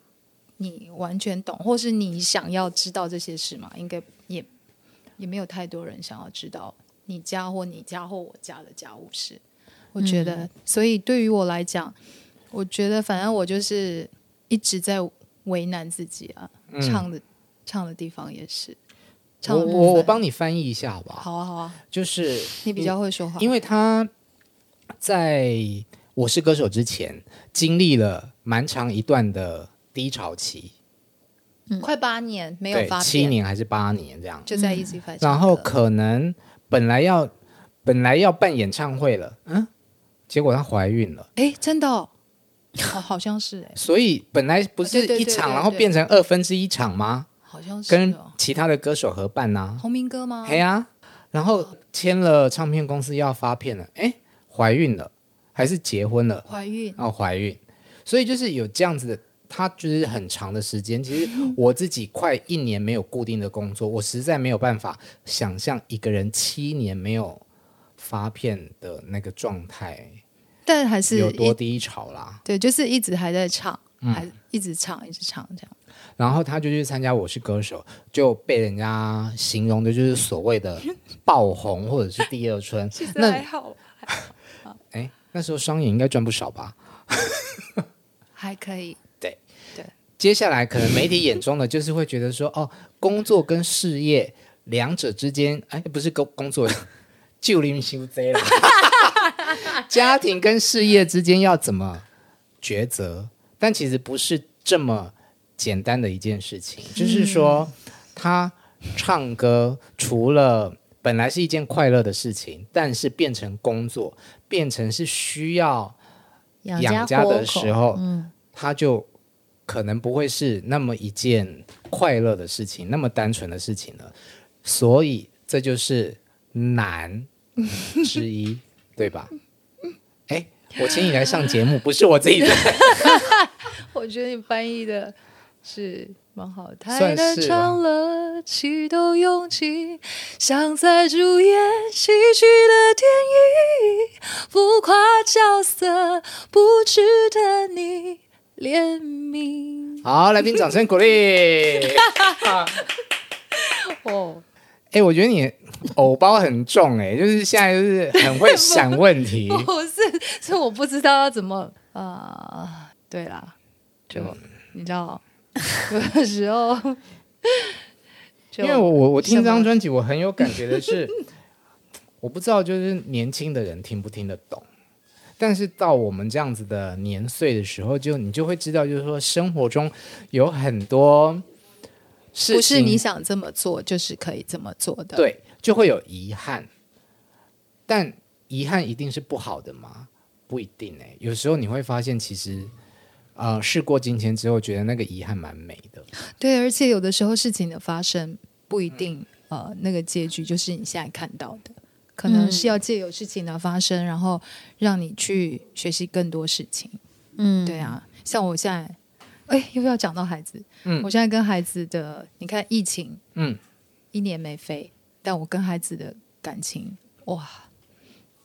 Speaker 1: 你完全懂，或是你想要知道这些事吗？应该也也没有太多人想要知道你家或你家或我家的家务事。我觉得，所以对于我来讲，我觉得反正我就是一直在为难自己啊，
Speaker 2: 嗯
Speaker 1: 唱的唱的地方也是，唱
Speaker 2: 我
Speaker 1: 的
Speaker 2: 我
Speaker 1: 部
Speaker 2: 我
Speaker 1: 分
Speaker 2: 帮你翻译一下好不好？
Speaker 1: 好啊好啊，
Speaker 2: 就是
Speaker 1: 你比较会说话，
Speaker 2: 因为他在《我是歌手》之前经历了蛮长一段的低潮期，
Speaker 1: 快八年没有
Speaker 2: 对
Speaker 1: 发，
Speaker 2: 七
Speaker 1: 片，
Speaker 2: 年还是八年这样。
Speaker 1: 就在 Easy Five，、
Speaker 2: 然后可能本来要本来要办演唱会了，嗯，结果她怀孕了。
Speaker 1: 哎，真的、 哦，好好像是哎，
Speaker 2: 所以本来不是
Speaker 1: 哦对对对
Speaker 2: 一场，
Speaker 1: 对
Speaker 2: 然后
Speaker 1: 对
Speaker 2: 变成二分之一场吗？
Speaker 1: 好像是、
Speaker 2: 跟
Speaker 1: 哦、
Speaker 2: 其他的歌手合办啊呐、
Speaker 1: 洪明哥吗？
Speaker 2: 嘿呀、然后签了唱片公司要发片了，哎，怀孕了还是结婚了？
Speaker 1: 怀孕，
Speaker 2: 哦，怀孕，所以就是有这样子的，他就是很长的时间。其实我自己快一年没有固定的工作，我实在没有办法想象一个人七年没有发片的那个状态
Speaker 1: 但还是
Speaker 2: 有多嗯
Speaker 1: 一
Speaker 2: 低潮啦。
Speaker 1: 对，就是一直还在唱，还一直唱，一直唱这样。
Speaker 2: 然后他就去参加《我是歌手》，就被人家形容的就是所谓的爆红或者是第二春。
Speaker 1: 啊
Speaker 2: 那
Speaker 1: 好，
Speaker 2: 哎，那时候商演应该赚不少吧？
Speaker 1: 还可以，
Speaker 2: 接下来可能媒体眼中的就是会觉得说，哦，工作跟事业两者之间，哎，不是工工作，就临修贼了。 家庭跟事业之间要怎么抉择？但其实不是这么简单的一件事情，就是说他唱歌除了。本来是一件快乐的事情，但是变成工作，变成是需要
Speaker 4: 养
Speaker 2: 养
Speaker 4: 家
Speaker 2: 家
Speaker 4: 活
Speaker 2: 的
Speaker 4: 口
Speaker 2: 时候，
Speaker 4: 嗯
Speaker 2: 它就可能不会是那么一件快乐的事情，那么单纯的事情了。所以这就是难之 一，对吧？哎，我请你来上节目，不是我自己 的。
Speaker 1: 我觉得你翻译的是蛮好的。太
Speaker 2: 算
Speaker 1: 难
Speaker 2: 是
Speaker 1: 唱了，启动勇气，像在主演喜剧的电影，浮夸角色不值得你怜悯。
Speaker 2: 好，来宾掌声鼓 励。
Speaker 1: 哦，
Speaker 2: 哎，我觉得你偶包很重、哎，就是现在就是很会想问 题。
Speaker 4: 哦
Speaker 1: 不是，是 我不知道要怎么啊、呃
Speaker 2: 嗯
Speaker 1: 对啦，就、你知道，有的时候就
Speaker 2: 因为我我我听
Speaker 1: 什
Speaker 2: 这张
Speaker 1: 么
Speaker 2: 专辑，我很有感觉的 是，我不知道就是年轻的人听不听得懂，但是到我们这样子的年岁的时候，就你就会知道，就是说生活中有很多事情
Speaker 1: 不是你想这么做就是可以这么做的。，
Speaker 2: 对，就会有遗憾。但遗憾一定是不好的吗？不一定哎、有时候你会发现，其实呃，事过境迁之后，觉得那个遗憾蛮美的。
Speaker 1: 对，而且有的时候事情的发生不一
Speaker 2: 嗯
Speaker 1: 定、呃，那个结局就是你现在看到的，可能
Speaker 2: 嗯
Speaker 1: 是要借由事情的发生，然后让你去学习更多事情。
Speaker 4: 嗯，
Speaker 1: 对啊，像我现在，哎，又要讲到孩子，
Speaker 2: 嗯
Speaker 1: 我现在跟孩子的，你看疫情
Speaker 2: 嗯，
Speaker 1: 一年没飞，但我跟孩子的感情，哇，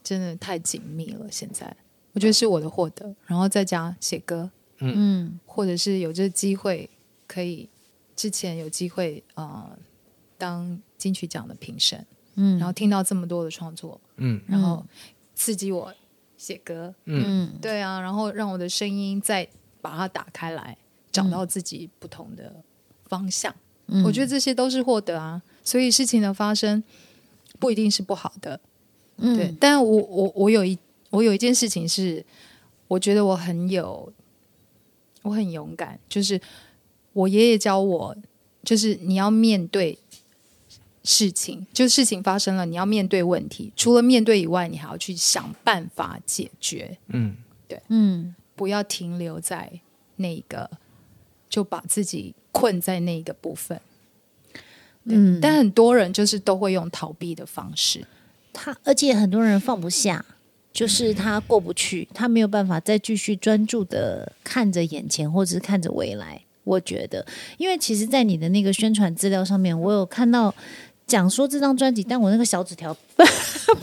Speaker 1: 真的太紧密了。现在我觉得是我的获得，然后在家写歌，
Speaker 4: 嗯
Speaker 1: 或者是有这机会可以，之前有机会呃当金曲奖的评审，
Speaker 4: 嗯，
Speaker 1: 然后听到这么多的创作，
Speaker 2: 嗯，
Speaker 1: 然后刺激我写歌，
Speaker 4: 嗯
Speaker 1: 对啊，然后让我的声音再把它打开来，找到自己不同的方向。
Speaker 4: 嗯
Speaker 1: 我觉得这些都是获得啊，所以事情的发生不一定是不好的。
Speaker 4: 嗯
Speaker 1: 对，但我我我有一我有一件事情是，我觉得我很有，我很勇敢，就是我爷爷教我，就是你要面对事情，就事情发生了，你要面对问题，除了面对以外，你还要去想办法解决，
Speaker 2: 嗯，
Speaker 4: 嗯
Speaker 1: 不要停留在那个，就把自己困在那一个部分。对
Speaker 4: 嗯，
Speaker 1: 但很多人就是都会用逃避的方式，
Speaker 4: 他而且很多人放不下，就是他过不去，他没有办法再继续专注的看着眼前，或者是看着未来。我觉得，因为其实，在你的那个宣传资料上面，我有看到讲说这张专辑，但我那个小纸条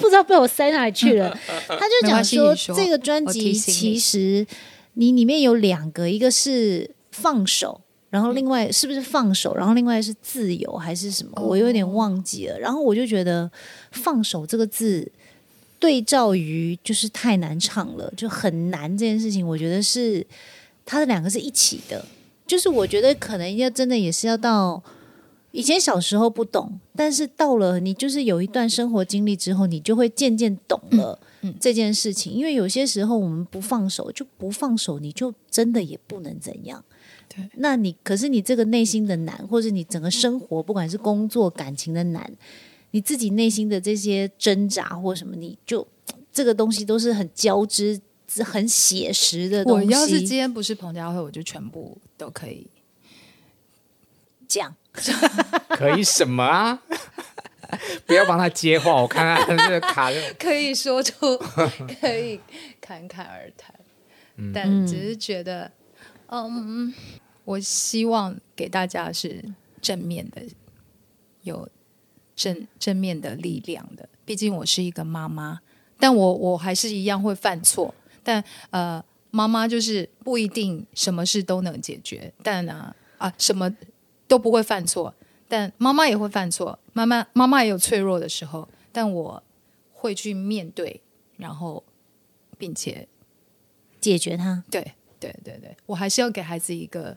Speaker 4: 不知道被我塞哪里去了。他就
Speaker 1: 没
Speaker 4: 讲
Speaker 1: 关系
Speaker 4: 说，
Speaker 1: 你说
Speaker 4: 这个专
Speaker 1: 我
Speaker 4: 辑
Speaker 1: 提醒
Speaker 4: 其
Speaker 1: 你
Speaker 4: 实你里面有两个，一个是放手，然
Speaker 1: 嗯
Speaker 4: 后另外是不是放手，然后另外是自由还是什么，我有
Speaker 1: 哦
Speaker 4: 点忘记了。然后我就觉得“放手”这个字对照于就是太难唱了，就很难这件事情，我觉得是它的两个是一起的。就是我觉得可能要真的也是要到以前小时候不懂，但是到了你就是有一段生活经历之后，你就会渐渐懂
Speaker 1: 嗯
Speaker 4: 了这件事情。因为有些时候我们不放手，就不放手，你就真的也不能怎样。
Speaker 1: 对，嗯
Speaker 4: 那你可是你这个内心的难，或者你整个生活，不管是工作、感情的难，你自己内心的这些挣扎或什么，你就这个东西都是很交织、很写实的东
Speaker 1: 我
Speaker 4: 西。
Speaker 1: 要是今天不是彭佳慧，我就全部都可以
Speaker 4: 讲，
Speaker 2: 可以什么啊？ 不要帮他接话，我看他这个卡就
Speaker 1: 可以说出，可以侃侃而谈，但只是觉得，嗯，我希望给大家是正面的，有正正面的力量的。毕竟我是一个妈妈，但我我还是一样会犯错，但呃，妈妈就是不一定什么事都能解决，但啊啊，什么都不会犯错，但妈妈也会犯错，妈妈妈妈也有脆弱的时候，但我会去面对，然后并且
Speaker 4: 解决它。
Speaker 1: 对对对对，我还是要给孩子一个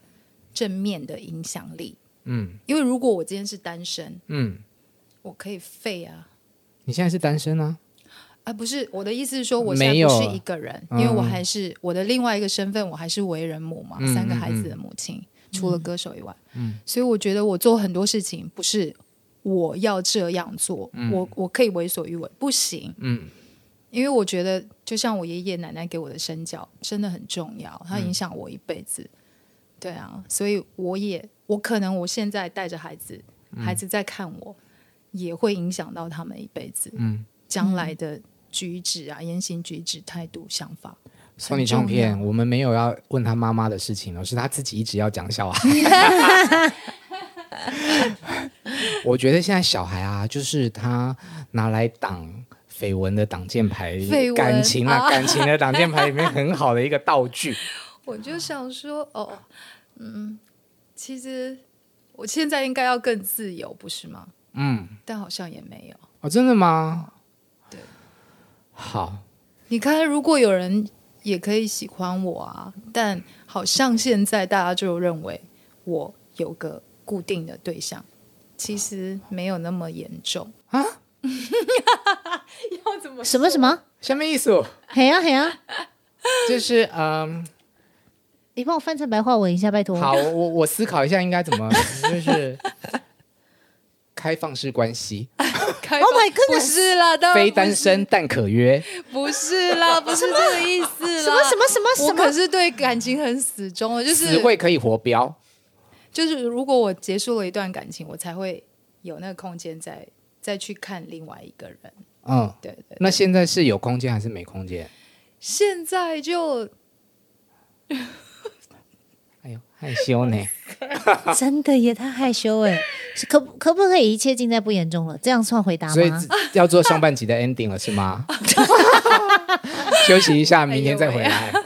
Speaker 1: 正面的影响力，
Speaker 2: 嗯
Speaker 1: 因为如果我今天是单身，
Speaker 2: 嗯，
Speaker 1: 我可以废啊。
Speaker 2: 你现在是单身啊？
Speaker 1: 啊，不是我的意思是说，我现
Speaker 2: 没
Speaker 1: 在
Speaker 2: 有
Speaker 1: 不
Speaker 2: 啊
Speaker 1: 是一个人，因为我还是、我的另外一个身份，我还是为人母嘛，
Speaker 2: 嗯
Speaker 1: 三个孩子的母亲，除了歌手以外，所以我觉得我做很多事情不是我要这样做，我我可以为所欲为，不行，
Speaker 2: 嗯
Speaker 1: 因为我觉得，就像我爷爷奶奶给我的身教真的很重要，它影响我一辈子。
Speaker 2: 嗯
Speaker 1: 对啊，所以我也我可能我现在带着孩子，
Speaker 2: 嗯
Speaker 1: 孩子在看我，也会影响到他们一辈子
Speaker 2: 嗯，
Speaker 1: 将来的举止啊、言行举止、态度、想法。
Speaker 2: 送你唱片，我们没有要问他妈妈的事情哦，是他自己一直要讲 小孩。我觉得现在小孩啊，就是他拿来挡绯闻的挡箭牌
Speaker 1: 绯，闻
Speaker 2: 感情啊，
Speaker 1: 啊
Speaker 2: 感情的挡箭牌里面很好的一个道 具。
Speaker 1: 我就想说，哦，嗯，其实我现在应该要更自由，不是吗？
Speaker 2: 嗯，
Speaker 1: 但好像也没有。
Speaker 2: 哦，真的吗？
Speaker 1: 对，
Speaker 2: 好，
Speaker 1: 你看，如果有人也可以喜欢我啊，但好像现在大家就认为我有个固定的对象，其实没有那么严重。
Speaker 4: 什么什么？
Speaker 2: 什么意思？
Speaker 4: 嘿呀嘿呀，
Speaker 2: 就是嗯，
Speaker 4: 你帮我翻成白话文一下，拜托。
Speaker 2: 好，我我我思考一下应该怎么，就是开放式关系，
Speaker 1: 开
Speaker 4: Oh my
Speaker 1: 放不
Speaker 4: goodness
Speaker 1: 是啦，当然
Speaker 2: 非
Speaker 1: 呃不
Speaker 2: 单
Speaker 1: 是，
Speaker 2: 身但可约。
Speaker 1: 不是啦，不是这个意思啦。
Speaker 4: 什么什么什么
Speaker 1: 我
Speaker 4: 什
Speaker 1: 可
Speaker 4: 么？
Speaker 1: 是对感情很死忠的，就是
Speaker 2: 词汇可以活标，
Speaker 1: 就是如果我结束了一段感情，我才会有那个空间再再去看另外一个人。
Speaker 2: 嗯，
Speaker 1: 对对，
Speaker 2: 那现在是有空间还是没空间？
Speaker 1: 现在就
Speaker 2: 哎呦，害羞呢。
Speaker 4: 真的耶，他害羞哎，是可可不可以一切尽在不言中了？这样算回答
Speaker 2: 所以
Speaker 4: 吗？
Speaker 1: 哎啊
Speaker 2: 要做上半集的 ending 了是吗？休息一下，明天再回来。